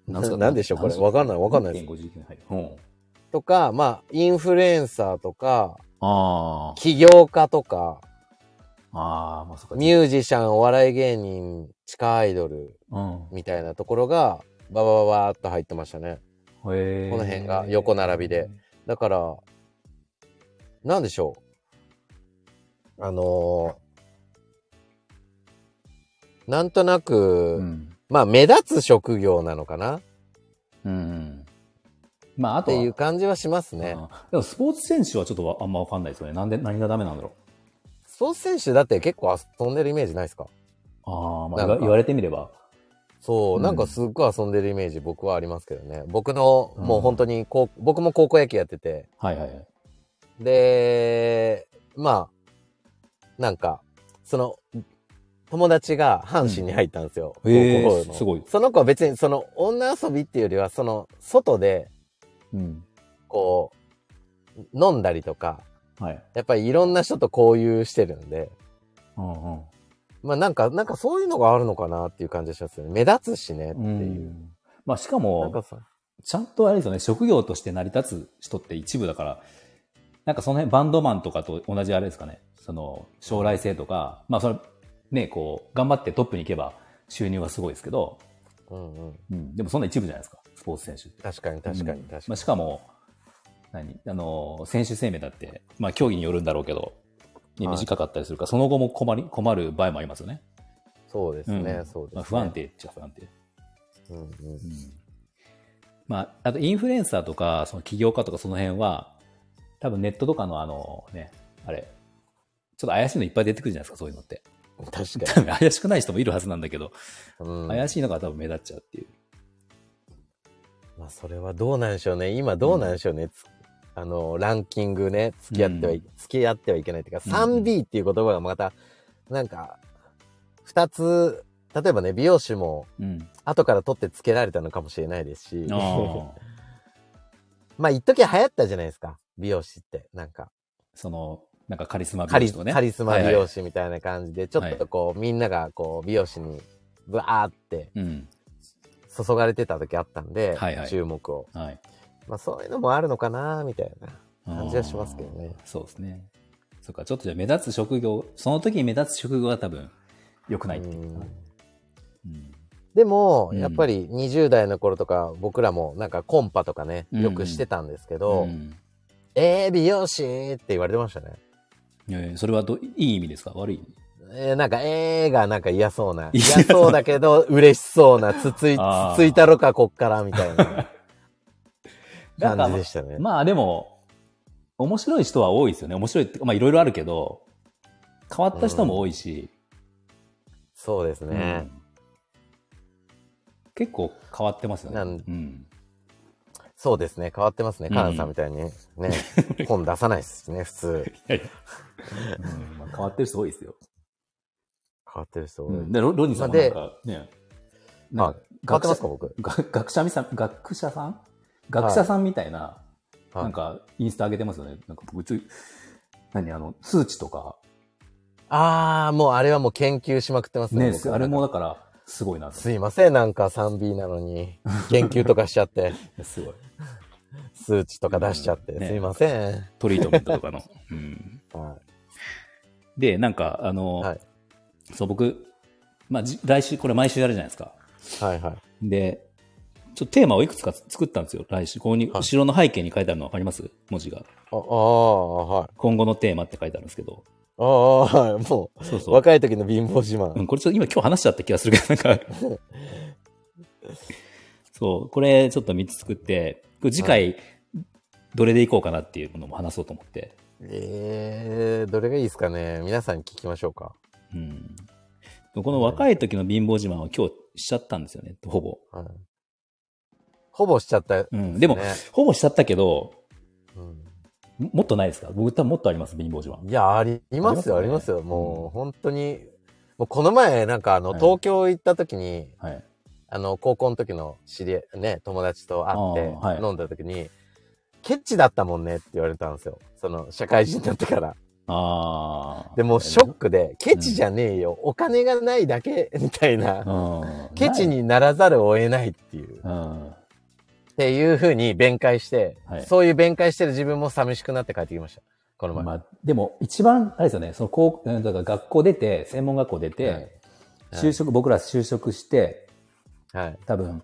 Speaker 2: な。
Speaker 1: すか
Speaker 2: ななんでしょうこれわかんないわかんないです
Speaker 1: 2.5次元はい。うん。
Speaker 2: とか、まあ、インフルエンサーとか、
Speaker 1: あー
Speaker 2: 起業家とか、
Speaker 1: あー、まあそっか。
Speaker 2: ミュージシャン、お笑い芸人、地下アイドル
Speaker 1: うん。
Speaker 2: みたいなところが、ババババーっと入ってましたね。
Speaker 1: この
Speaker 2: この辺が横並びで。だから、なんでしょう。あのーなんとなく、
Speaker 1: うん。
Speaker 2: まあ、目立つ職業なのかなっ
Speaker 1: うん。まあ、あと
Speaker 2: て
Speaker 1: は
Speaker 2: いう感じはしますね。
Speaker 1: うんでもスポーツ選手はちょっとわあんま分かんないですよね。なんで、何がダメなんだろ
Speaker 2: スポーツ選手だって結構遊んでるイメージないですか
Speaker 1: う。ああ、まあ
Speaker 2: なんか
Speaker 1: 言わ言われてみれば。
Speaker 2: そう、
Speaker 1: うん
Speaker 2: なんかすっごい遊んでるイメージ僕はありますけどね。僕の、
Speaker 1: うん
Speaker 2: もう本当に高、僕も高校野球やってて、
Speaker 1: はいはいはい。
Speaker 2: で、まあ、なんか、その、友達が阪神に入ったんですよ。
Speaker 1: うんへー
Speaker 2: 高校の
Speaker 1: すごい
Speaker 2: その子は別に、その、女遊びっていうよりは、その、外で、
Speaker 1: うん。
Speaker 2: こう、飲んだりとか、
Speaker 1: はい。
Speaker 2: やっぱりいろんな人と交流してるんで、
Speaker 1: うんうん。
Speaker 2: まあなんか、なんかそういうのがあるのかなっていう感じがしますよね。目立つしねって
Speaker 1: う
Speaker 2: いう。
Speaker 1: ん。まあしか
Speaker 2: なんか
Speaker 1: も、
Speaker 2: さ、
Speaker 1: ちゃんとあれですよね、職業として成り立つ人って一部だから、なんかその辺バンドマンとかと同じあれですかね、その将来性とか、まあそれ、ね、こう、頑張ってトップに行けば収入はすごいですけど、
Speaker 2: うんうん。
Speaker 1: うん、でもそんな一部じゃないですか、スポーツ選手って。
Speaker 2: 確かに確かに
Speaker 1: うん
Speaker 2: 確か
Speaker 1: まあ、
Speaker 2: に。
Speaker 1: しかも、何あの、選手生命だって、まあ、競技によるんだろうけど、ね
Speaker 2: はい
Speaker 1: 短かったりするから、その後も困り困る場合もありますよね。
Speaker 2: そうです
Speaker 1: う
Speaker 2: ね
Speaker 1: ん、
Speaker 2: そうです
Speaker 1: ま
Speaker 2: ね。
Speaker 1: あ、不安定っちゃ不安定。
Speaker 2: うんうん。
Speaker 1: まあ、あとインフルエンサーとか、その起業家とかその辺は、多分ネットとかのあのね、あれ、ちょっと怪しいのいっぱい出てくるじゃないですか、そういうのって。
Speaker 2: 確か
Speaker 1: 多分怪しくない人もいるはずなんだけど、
Speaker 2: に。うん、
Speaker 1: 怪しいのが多分目立っちゃうっていう。
Speaker 2: まあそれはどうなんでしょうね。今どうなんでしょうね。つあの、ランキングね、付き合ってはい、
Speaker 1: うん
Speaker 2: 付き合ってはいけないっていうか、
Speaker 1: うん
Speaker 2: 3B っていう言葉がまた、なんか、二つ、例えばね、美容師も
Speaker 1: うん。
Speaker 2: 後から取って付けられたのかもしれないですし、
Speaker 1: あ ー
Speaker 2: まあ一時流行ったじゃないですか。美容師って、なんか。
Speaker 1: その、なんかカリスマ
Speaker 2: カリ
Speaker 1: 美容師とかね。
Speaker 2: カリスマ美
Speaker 1: はいは
Speaker 2: 容
Speaker 1: い
Speaker 2: 師みたいな感じで、ちょっとこう、みんながこう、美容師に、ブワーって
Speaker 1: うん。
Speaker 2: 注がれてた時あったんで、
Speaker 1: はいはい
Speaker 2: 注目を。
Speaker 1: はい。
Speaker 2: まあそういうのもあるのかな、みたいな感じはしますけどね
Speaker 1: あ。ーそうですね。そっか、ちょっとじゃあ目立つ職業、その時に目立つ職業は多分良くないっていうかな
Speaker 2: うん
Speaker 1: うん
Speaker 2: でも、
Speaker 1: うん
Speaker 2: やっぱり20代の頃とか、僕らもなんかコンパとかね、
Speaker 1: うん
Speaker 2: よくしてたんですけど、
Speaker 1: うん
Speaker 2: えー、美容師って言われてましたね。
Speaker 1: えーそれはどいい意味ですか悪い意味
Speaker 2: えー、なんか、えーがなんか嫌そ うな。
Speaker 1: 嫌
Speaker 2: 嫌
Speaker 1: そう
Speaker 2: そうだけど、嬉しそうな、つつい、つ
Speaker 1: あー
Speaker 2: ついたろか、こっから、みた いな
Speaker 1: なんか
Speaker 2: 感じでしたね。
Speaker 1: まあでも、面白い人は多いですよね。面白いって、まあいろいろあるけど、変わった人も多いし、
Speaker 2: そうです
Speaker 1: う
Speaker 2: ね。
Speaker 1: ん結構変わってますよね。
Speaker 2: なん
Speaker 1: うん、
Speaker 2: そうですね。変わってますね。
Speaker 1: うん
Speaker 2: カナンさんみたいにね、本出さないですね、普通。
Speaker 1: うんまあ、変わってる人多いですよ。
Speaker 2: 変わってる人多い。
Speaker 1: うん、でロロニーさんもなんかね、
Speaker 2: まあ、変わってますか、僕。
Speaker 1: 学学者みさん、学者さん学者さんみたいな、
Speaker 2: はい
Speaker 1: なんかインスタ上げてますよね。なんか僕、つい何、あの、数値とか、
Speaker 2: あー、もうあれはもう研究しまくってますね。
Speaker 1: ね、
Speaker 2: 僕
Speaker 1: あれもだから、すごいなと思
Speaker 2: すいません、なんか 3B なのに、研究とかしちゃ って、
Speaker 1: って。すごい。
Speaker 2: 数値とか出しちゃって、
Speaker 1: うんね
Speaker 2: すいません。
Speaker 1: トリートメントとか の。うん
Speaker 2: は
Speaker 1: で、なんか、あの、
Speaker 2: はい
Speaker 1: そう、僕、まあ、じ来週、これ毎週やるじゃないですか。
Speaker 2: い、はい、はい。
Speaker 1: で、ちょっとテーマをいくつか作ったんですよ、来週。ここに、
Speaker 2: はい
Speaker 1: 後ろの背景に書いてあるの分かります文字が。
Speaker 2: ああー、はい。
Speaker 1: 今後のテーマって書いてあるんですけど。
Speaker 2: ああ、はい。も
Speaker 1: そう
Speaker 2: う、
Speaker 1: そう。
Speaker 2: 若い時の貧乏自慢。
Speaker 1: うん、これちょっと今今日話しちゃった気がするけど、なんか。 そう、これちょっと3つ作って、これ次回、どれでいこうかなっていうのも話そうと思って。
Speaker 2: えー、どれがいいですかね皆さんに聞きましょうか。
Speaker 1: うん。この若い時の貧乏自慢を今日しちゃったんですよね、ほぼ。
Speaker 2: はい。ほぼしちゃった、
Speaker 1: うん。でも、ほぼしちゃったけど、
Speaker 2: うん
Speaker 1: ももっとないですか僕多分もっとあります、貧乏自慢。
Speaker 2: いや、ありますよ、
Speaker 1: あ
Speaker 2: あ
Speaker 1: り
Speaker 2: り
Speaker 1: ま
Speaker 2: ますす
Speaker 1: よ
Speaker 2: よ。
Speaker 1: ね
Speaker 2: も
Speaker 1: うん
Speaker 2: う、本当に。もうこの前、なんかあの、
Speaker 1: はい
Speaker 2: 東京行った時に、
Speaker 1: はい。
Speaker 2: あの、高校の時の知り合い、ね、友達と会
Speaker 1: あーは
Speaker 2: っ
Speaker 1: い
Speaker 2: て、飲んだ時に、ケチだったもんねって言われたんですよ。その、社会人になってから。
Speaker 1: ああ。
Speaker 2: で、もうショックで、ケチじゃねえよ、お金がないだけ、みたいな、
Speaker 1: うん。
Speaker 2: ケチにならざるを得ないっていう、
Speaker 1: ない。うん。
Speaker 2: っていうふうに弁解して、
Speaker 1: はい
Speaker 2: そういう弁解してる自分も寂しくなって帰ってきました。この前。
Speaker 1: まあ、でも、一番、あれですよね、その高うんだから学校出て、専門学校出て、
Speaker 2: はい
Speaker 1: 就職、僕ら就職して、
Speaker 2: はい。
Speaker 1: 多分、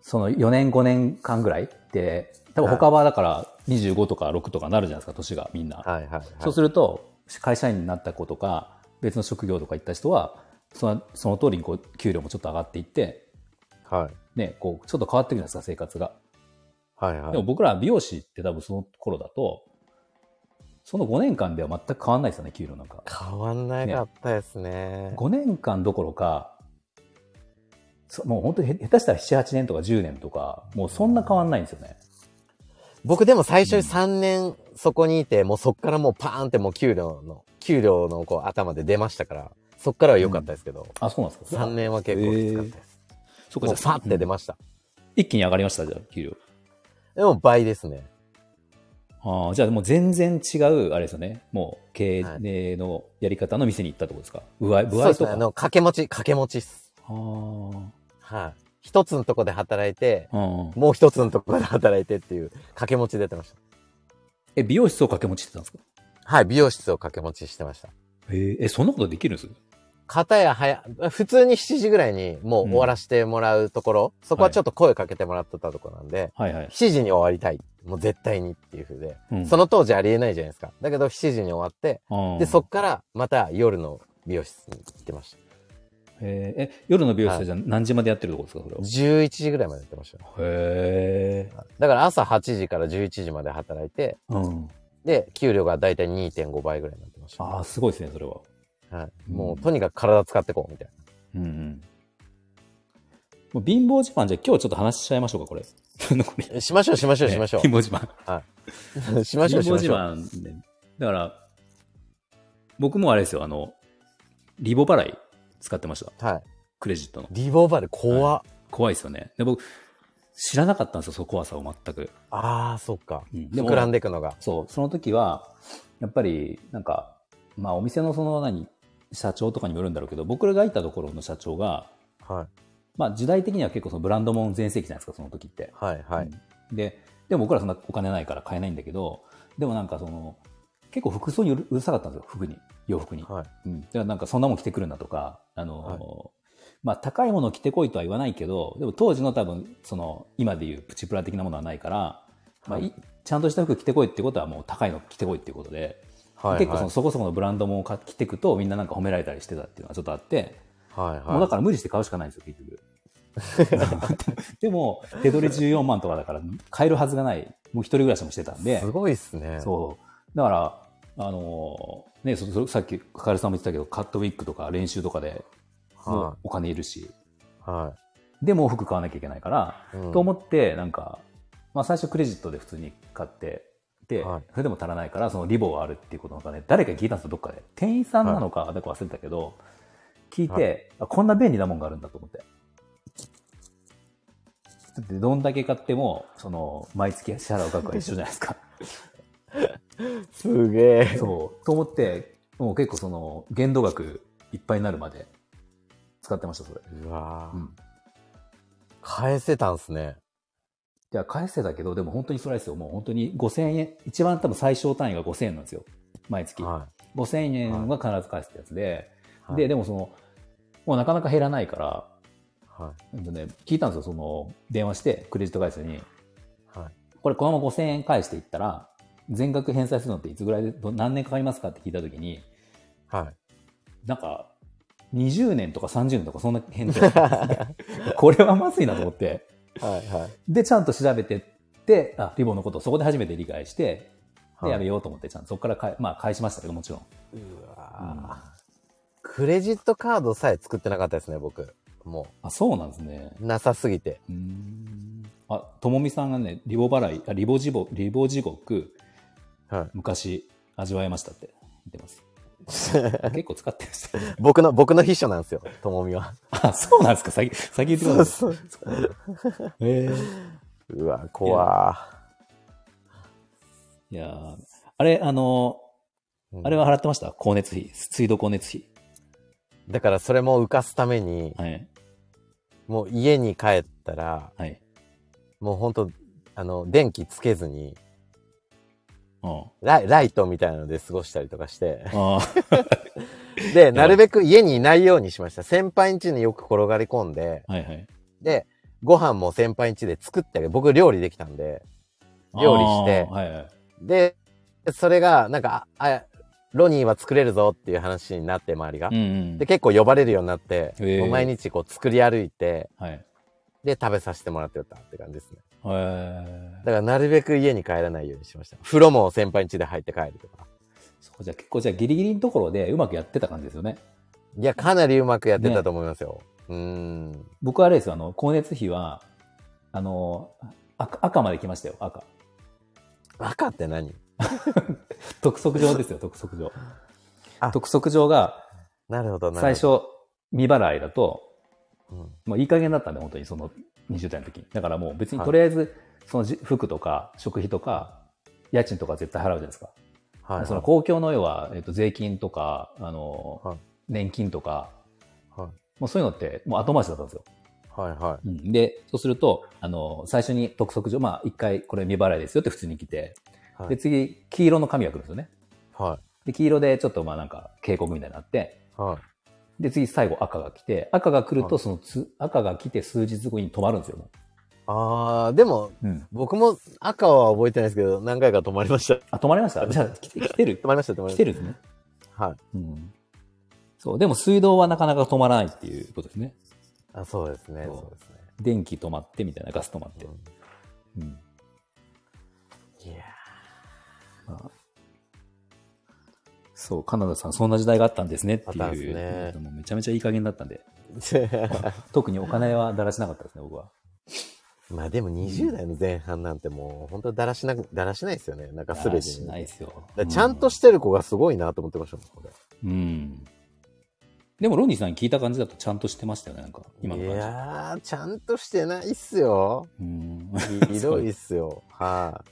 Speaker 1: その4年、5年間ぐらいで、多分他はだから25とか6とかなるじゃないですか、年がみんな。
Speaker 2: はいはい、はい。
Speaker 1: そうすると、会社員になった子とか、別の職業とか行った人は、そのその通りにこう給料もちょっと上がっていって、
Speaker 2: はい。
Speaker 1: ね、こう、ちょっと変わってくるじゃないですか、生活が。
Speaker 2: はいはい。
Speaker 1: でも僕ら美容師って多分その頃だと、その5年間では全く変わんないですよね、給料なんか。
Speaker 2: 変わんなかったですね。
Speaker 1: 5年間どころか、そもう本当にへ下手したら7、8年とか10年とか、もうそんな変わんないんですよね。
Speaker 2: 僕でも最初に3年そこにいて、もうそっからもうパーンってもう給料の、給料のこう頭で出ましたから、そっからは良かったですけど、
Speaker 1: あ、そうなんですか。
Speaker 2: 3年は結構きつかったです。
Speaker 1: そ
Speaker 2: もうパって出
Speaker 1: ま
Speaker 2: ました。
Speaker 1: 一気に上がりました、じゃあ、給料。
Speaker 2: でも倍ですね。
Speaker 1: あああ、じゃあもう全然違う、あれですよね。もう経
Speaker 2: は
Speaker 1: 営のやり方の店に行ったってことですか。具合、具
Speaker 2: そう
Speaker 1: 合
Speaker 2: です
Speaker 1: と
Speaker 2: ね。
Speaker 1: か。
Speaker 2: あの、掛け持ち、掛け持ちっす。
Speaker 1: あ
Speaker 2: はい。一つのとこで働いて、
Speaker 1: あ。うん。
Speaker 2: もう一つのとこで働いてっていう、掛け持ち出てました。
Speaker 1: え、美容室を掛け持ちしてたんですか
Speaker 2: はい、美容室を掛け持ちしてました。
Speaker 1: へええ、そんなことできるんです
Speaker 2: 片や早、普通に7時ぐらいにもう終わらせてもらうところ、そこはちょっと声かけてもらってたところなんで、
Speaker 1: はいはい。
Speaker 2: 7時に終わりたい。もう絶対にっていう風で、
Speaker 1: うん
Speaker 2: その当時ありえないじゃないですか。だけど7時に終わって、
Speaker 1: ああ
Speaker 2: で、そっからまた夜の美容室に行ってました。
Speaker 1: へええ、夜の美容室はじゃあ何時までやってるとこですか、それは。
Speaker 2: 11時ぐらいまでやってました。
Speaker 1: へえ。
Speaker 2: だから朝8時から11時まで働いて、
Speaker 1: うん。
Speaker 2: で、給料がだいたい2.5倍ぐらいになってました。
Speaker 1: ああ、すごいですね、それは。
Speaker 2: はい、
Speaker 1: うん
Speaker 2: もうとにかく体使ってこうみたい
Speaker 1: うんうん。もう貧乏自慢じゃあ今日ちょっと話しちゃいましょうか、これ。 これ
Speaker 2: な。しましょうしましょうしましょ
Speaker 1: 貧乏自慢。
Speaker 2: う。しましょうし
Speaker 1: 貧乏
Speaker 2: ま
Speaker 1: 自
Speaker 2: しょう。
Speaker 1: 慢ね。だから、僕もあれですよ、あの、リボ払い使ってました。
Speaker 2: はい。
Speaker 1: クレジットの。
Speaker 2: リボバル怖っ。
Speaker 1: 怖いですよね。で、僕、知らなかったんですよ、その怖さを全く。
Speaker 2: ああ、そっか。
Speaker 1: うんでも
Speaker 2: 膨らんでいくのが。
Speaker 1: そう、その時は、やっぱり、なんか、まあ、お店のその何、社長とかにもよるんだろうけど、僕らがいたところの社長が、
Speaker 2: はい。
Speaker 1: まあ、時代的には結構そのブランドもん全盛期じゃないですか、その時って。
Speaker 2: はいはい。
Speaker 1: で、でも僕らそんなお金ないから買えないんだけど、でもなんかその、結構服装にうるうるさかったんですよ、服に、洋服に。
Speaker 2: は
Speaker 1: う
Speaker 2: い。
Speaker 1: ん、だからなんかそんなもん着てくるなとか、あの
Speaker 2: はい
Speaker 1: まあ、高いものを着てこいとは言わないけど、でも当時の多分、その、今でいうプチプラ的なものはないから、まあ、いちゃんとした服着てこいってことはもう高いの着てこいっていうことで、
Speaker 2: はい。
Speaker 1: 結構そのそこそこのブランドもんを着てくとみんななんか褒められたりしてたっていうのがちょっとあって、
Speaker 2: はい
Speaker 1: もうだ
Speaker 2: は
Speaker 1: から無理して買うしかないんですよ、結局。 でも、手取り14万とかだから買えるはずがない、もう一人暮らしもしてたん
Speaker 2: い。
Speaker 1: で、
Speaker 2: すごいっすね。
Speaker 1: そう。だから、あのーね、そそさっき、かかるさんも言ってたけど、カットウィッグとか練習とかで、も
Speaker 2: は
Speaker 1: うお金いるし、
Speaker 2: い。は
Speaker 1: でもう服買わなきゃいけないから、
Speaker 2: い。うん
Speaker 1: と思って、なんか、まあ最初クレジットで普通に買って、で、
Speaker 2: はい
Speaker 1: それでも足らないから、そのリボがあるっていうことなんかね、誰かに聞いたんですよ、どっかで。店員さんなのか、だから忘れたけど、聞いて、
Speaker 2: は
Speaker 1: あこんな便利なもんがあるんだと思って。だってどんだけ買っても、その、毎月支払う額は一緒じゃないです か。
Speaker 2: すげえ。
Speaker 1: そう。と思って、もう結構その、限度額いっぱいになるまで使ってました、それ。
Speaker 2: うわ
Speaker 1: う
Speaker 2: ー
Speaker 1: ん。
Speaker 2: 返せたんすね。
Speaker 1: いや、返せたけど、でも本当にそれですよ。もう本当に5000円、一番多分最小単位が5000円なんですよ。毎月。
Speaker 2: は
Speaker 1: 5000円は必ず返すってやつで。
Speaker 2: い。はい
Speaker 1: で、、でもその、もうなかなか減らないから、
Speaker 2: は
Speaker 1: うんとね、聞いたんですよ、その、電話して、クレジット会社に。
Speaker 2: い。はい。
Speaker 1: これこのまま5000円返していったら、全額返済するのっていつぐらいで、ど何年かかりますかって聞いたときに、
Speaker 2: はい。
Speaker 1: なんか、20年とか30年とかそんな返 答だったんですねこれはまずいなと思って。
Speaker 2: はい。はい。
Speaker 1: で、ちゃんと調べてって、あ、リボンのことをそこで初めて理解して、で、やめようと思って、ちゃんとそこからかえ、まあ、返しましたけど、もちろん。
Speaker 2: うわークレジットカードさえ作ってなかったですね、僕。も
Speaker 1: あ、そうなんですね。
Speaker 2: う、なさすぎて。
Speaker 1: うーん。あ、ともみさんがね、リボ払い、あリボ地獄、リボ地獄、
Speaker 2: は
Speaker 1: 昔、味わいましたって言ってます。
Speaker 2: い。
Speaker 1: 結構使ってました。
Speaker 2: 僕の、僕の秘書なんですよ、ともみは。
Speaker 1: あ、そうなんですか先、先言ってください。
Speaker 2: そう
Speaker 1: えー
Speaker 2: うわ、怖
Speaker 1: いやーあれ、あのー
Speaker 2: ー
Speaker 1: あれは払ってました光熱費。水道光熱費。
Speaker 2: だからそれも浮かすために、
Speaker 1: はい。
Speaker 2: もう家に帰ったら、
Speaker 1: はい。
Speaker 2: もうほんと、あの、電気つけずに、
Speaker 1: うん。
Speaker 2: ライライトみたいなので過ごしたりとかして、
Speaker 1: あ
Speaker 2: で、なるべく家にいないようにしました。先輩ん家によく転がり込んで、
Speaker 1: あ、はいはい。
Speaker 2: で、ご飯も先輩ん家で作ってあげ僕料理できたんで、料理して
Speaker 1: あーはいはい。
Speaker 2: で、それが、なんか、あ、あロニーは作れるぞっていう話になって、周りが
Speaker 1: うん、。うん。
Speaker 2: で、結構呼ばれるようになって、
Speaker 1: へー
Speaker 2: もう毎日こう作り歩いて、
Speaker 1: はい。へ
Speaker 2: で、食べさせてもらってたって感じですね。
Speaker 1: ー
Speaker 2: だから、なるべく家に帰らないようにしました。風呂も先輩ん家で入って帰るとか。
Speaker 1: そこじゃ結構じゃあギリギリのところでうまくやってた感じですよね。
Speaker 2: いや、かなりうまくやってたと思いますよ。うーん。
Speaker 1: 僕はあれですよ、あの、光熱費は、あの、赤赤まで来ましたよ、赤。
Speaker 2: 赤って何
Speaker 1: 督促状 ですよ、督促状
Speaker 2: あ。
Speaker 1: 督促状が、
Speaker 2: なるほど、な
Speaker 1: 最
Speaker 2: るほ
Speaker 1: 初、未払いだと、
Speaker 2: ど。うん
Speaker 1: もういい加減だったんで、本当にその20代の時に。だからもう別にとりあえず、そのじ服とか食費とか、家賃とか絶対払うじゃないですか。
Speaker 2: はいはい。
Speaker 1: その公共の要は、えっと税金とか、あの、
Speaker 2: はい
Speaker 1: 年金とか、
Speaker 2: は
Speaker 1: もうそういうのってもう後回しだったんですよ。
Speaker 2: いはいは
Speaker 1: うんで、そうすると、あの、最初に督促状、まあ、一回これ未払いですよって普通に来て、
Speaker 2: い。はい
Speaker 1: で、次、黄色の紙が来るんですよね。
Speaker 2: は
Speaker 1: で、黄色でちょっとまあなんか警告みたいになって、
Speaker 2: い。はい。
Speaker 1: で、次最後赤が来て、赤が来る
Speaker 2: は
Speaker 1: と、そのつ、赤が来て数日後に止まるんですよ。も
Speaker 2: あー、でも、
Speaker 1: ううん。
Speaker 2: 僕も赤は覚えてないですけど、何回か止まりました。
Speaker 1: あ、止まりましたじゃあ、来 て、来てる
Speaker 2: 止まりました、止ま
Speaker 1: 来
Speaker 2: りまして
Speaker 1: るんですね。
Speaker 2: た。はい。
Speaker 1: うん。そう。でも水道はなかなか止まらないっていうことですね。
Speaker 2: あ、そうですね。
Speaker 1: そう
Speaker 2: そうですね。
Speaker 1: 電気止まってみたいな、ガス止まって。うん。
Speaker 2: いや
Speaker 1: まあそう、カナダさん、そんな時代があったんですねって
Speaker 2: あっ
Speaker 1: い
Speaker 2: たんです
Speaker 1: う。
Speaker 2: ね
Speaker 1: もうめちゃめちゃいい加減だったんで。
Speaker 2: ー
Speaker 1: 特にお金はだらしなかったですね、僕は。
Speaker 2: まあでも20代の前半なんてもう本当だらしなく、だらしないですよね。なんかす
Speaker 1: だ
Speaker 2: べ
Speaker 1: ら
Speaker 2: て
Speaker 1: し
Speaker 2: に。
Speaker 1: ない
Speaker 2: だか
Speaker 1: ですよ。
Speaker 2: らちゃんとしてる子がすごいなと思ってましたもん、これ。
Speaker 1: うん。うんでも、ロンディさんに聞いた感じだとちゃんとしてましたよね、なんか、今の
Speaker 2: い
Speaker 1: 感じ。
Speaker 2: やー、ちゃんとしてないっすよ。
Speaker 1: うん。
Speaker 2: ひどいっすよ。は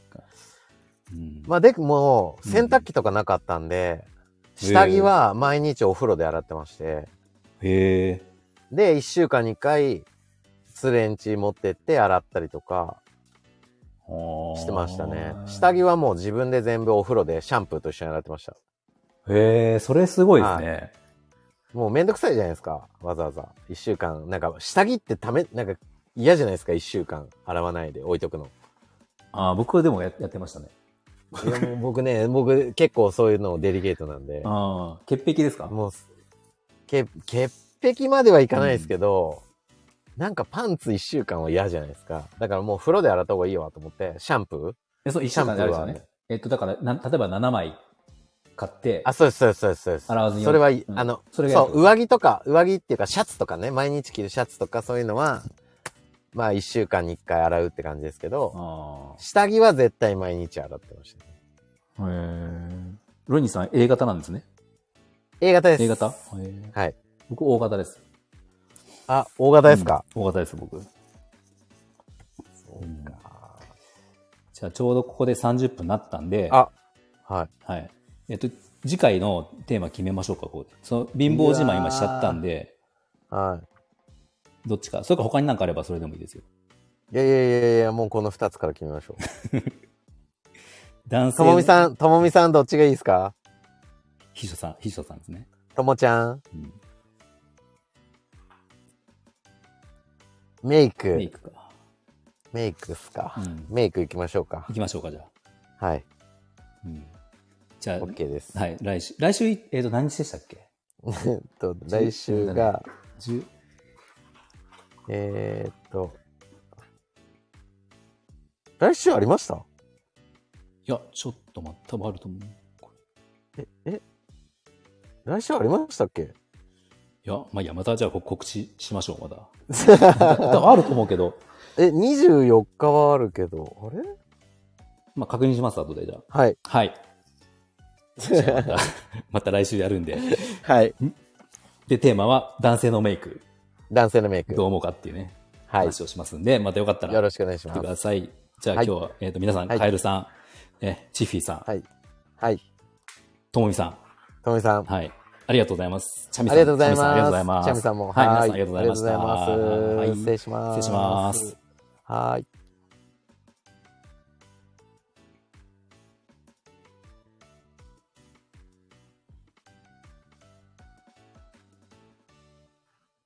Speaker 2: い、
Speaker 1: うん
Speaker 2: まあでも、洗濯機とかなかったんで、
Speaker 1: うん
Speaker 2: 下着は毎日お風呂で洗ってまして、
Speaker 1: へえ。
Speaker 2: で、1週間に1回、スレンチ持ってって洗ったりとか してましたね。下着はもう自分で全部お風呂でシャンプーと一緒に洗ってました。
Speaker 1: へえ、それすごいですね。
Speaker 2: もうめんどくさいじゃないですか。わざわざ。1週間。なんか、下着ってため、なんか嫌じゃないですか。1週間洗わないで置いとくの。
Speaker 1: ああ、僕はでもややってましたね。
Speaker 2: いやもう 僕ね、僕結構そういうのをデリゲートなんで。
Speaker 1: ああ、潔癖ですか
Speaker 2: もう、け、潔癖まではいかないですけど、なんかパンツ一週間は嫌じゃないですか。だからもう風呂で洗った方がいいわと思って、シャンプ
Speaker 1: えそう、一週間であれですよ
Speaker 2: シャンプーは
Speaker 1: ね。えっと、だから、な例えば7枚買って
Speaker 2: ー、あ、そうです、そうです、そうですそうです。
Speaker 1: 洗わずに
Speaker 2: それはいい、
Speaker 1: うん
Speaker 2: あの、
Speaker 1: それがいい
Speaker 2: そ
Speaker 1: ってこと
Speaker 2: う、上着とか、上着っていうかシャツとかね、毎日着るシャツとかそういうのは、まあ一週間に一回洗うって感じですけど、
Speaker 1: あ
Speaker 2: 下着は絶対毎日洗ってました、ね。
Speaker 1: あ。へえ。ロニーさん、A 型なんですね。
Speaker 2: A 型です。
Speaker 1: A 型へえ
Speaker 2: はい。
Speaker 1: 僕、O 型です。
Speaker 2: あ、O 型ですか、
Speaker 1: うん ?O 型です、僕。
Speaker 2: そうか。
Speaker 1: じゃあ、ちょうどここで30分なったんで、
Speaker 2: あ、はい。
Speaker 1: はい。えっと、次回のテーマ決めましょうか、ここで。その、貧乏自慢今しちゃったんで、
Speaker 2: はい。
Speaker 1: どっちか。それか他になんかあればそれでもいいですよ。
Speaker 2: いやいやいやいや、もうこの2つから決めましょ う。
Speaker 1: 男性
Speaker 2: ともみさん、ともみさんどっちがいいですか
Speaker 1: 秘書さん、秘書さんですね。
Speaker 2: ともちゃん、
Speaker 1: うん
Speaker 2: メイク、
Speaker 1: メ
Speaker 2: メ
Speaker 1: イ
Speaker 2: イ
Speaker 1: ク
Speaker 2: ク
Speaker 1: か。
Speaker 2: ですか、
Speaker 1: うん
Speaker 2: メイク行きましょうか
Speaker 1: 行。きましょうか、じゃあ。
Speaker 2: はい。
Speaker 1: うん。じゃあ、
Speaker 2: OK です。
Speaker 1: はい、来週。来週、えっと、何日でしたっけ
Speaker 2: えっと、来週が、
Speaker 1: 10
Speaker 2: えーっと、来週ありました
Speaker 1: いや、ちょっと待った、多分あると思う。
Speaker 2: え、え来週ありましたっけ
Speaker 1: いや、まあ、いいや、またじゃあこ告知しましょう、まだ。 多分あると思うけど、
Speaker 2: え、24日はあるけど、あれ
Speaker 1: まあ、確認します、後で、じゃ
Speaker 2: はい。
Speaker 1: あ。はい。じゃあまた、 また来週やるんで。
Speaker 2: はい。
Speaker 1: で、テーマは、男性のメイク、
Speaker 2: 男性のメイク
Speaker 1: ど。う思うかっていうね、
Speaker 2: はい。
Speaker 1: 話をしますんで、またよかったら、
Speaker 2: よろしくお願いし
Speaker 1: 来
Speaker 2: ま
Speaker 1: て
Speaker 2: す
Speaker 1: く。ださい。じゃあ、
Speaker 2: はい
Speaker 1: 今日は、えっ、と、皆さん、
Speaker 2: はい
Speaker 1: カエルさん、え、チッフィーさん、
Speaker 2: はい。はい。
Speaker 1: ともみさん、
Speaker 2: ともみさん、
Speaker 1: はい。ありがとうございます。チャミさ
Speaker 2: あ
Speaker 1: ん、
Speaker 2: りがとうござ
Speaker 1: チャ
Speaker 2: い
Speaker 1: ミさんありがとうござい
Speaker 2: ま。
Speaker 1: ますす。
Speaker 2: チャミさん
Speaker 1: は
Speaker 2: も。
Speaker 1: い、皆
Speaker 2: は
Speaker 1: さ
Speaker 2: い
Speaker 1: んありがとうございました。
Speaker 2: ありがとうございます
Speaker 1: はい
Speaker 2: 失礼します。
Speaker 1: 失礼します。
Speaker 2: はい。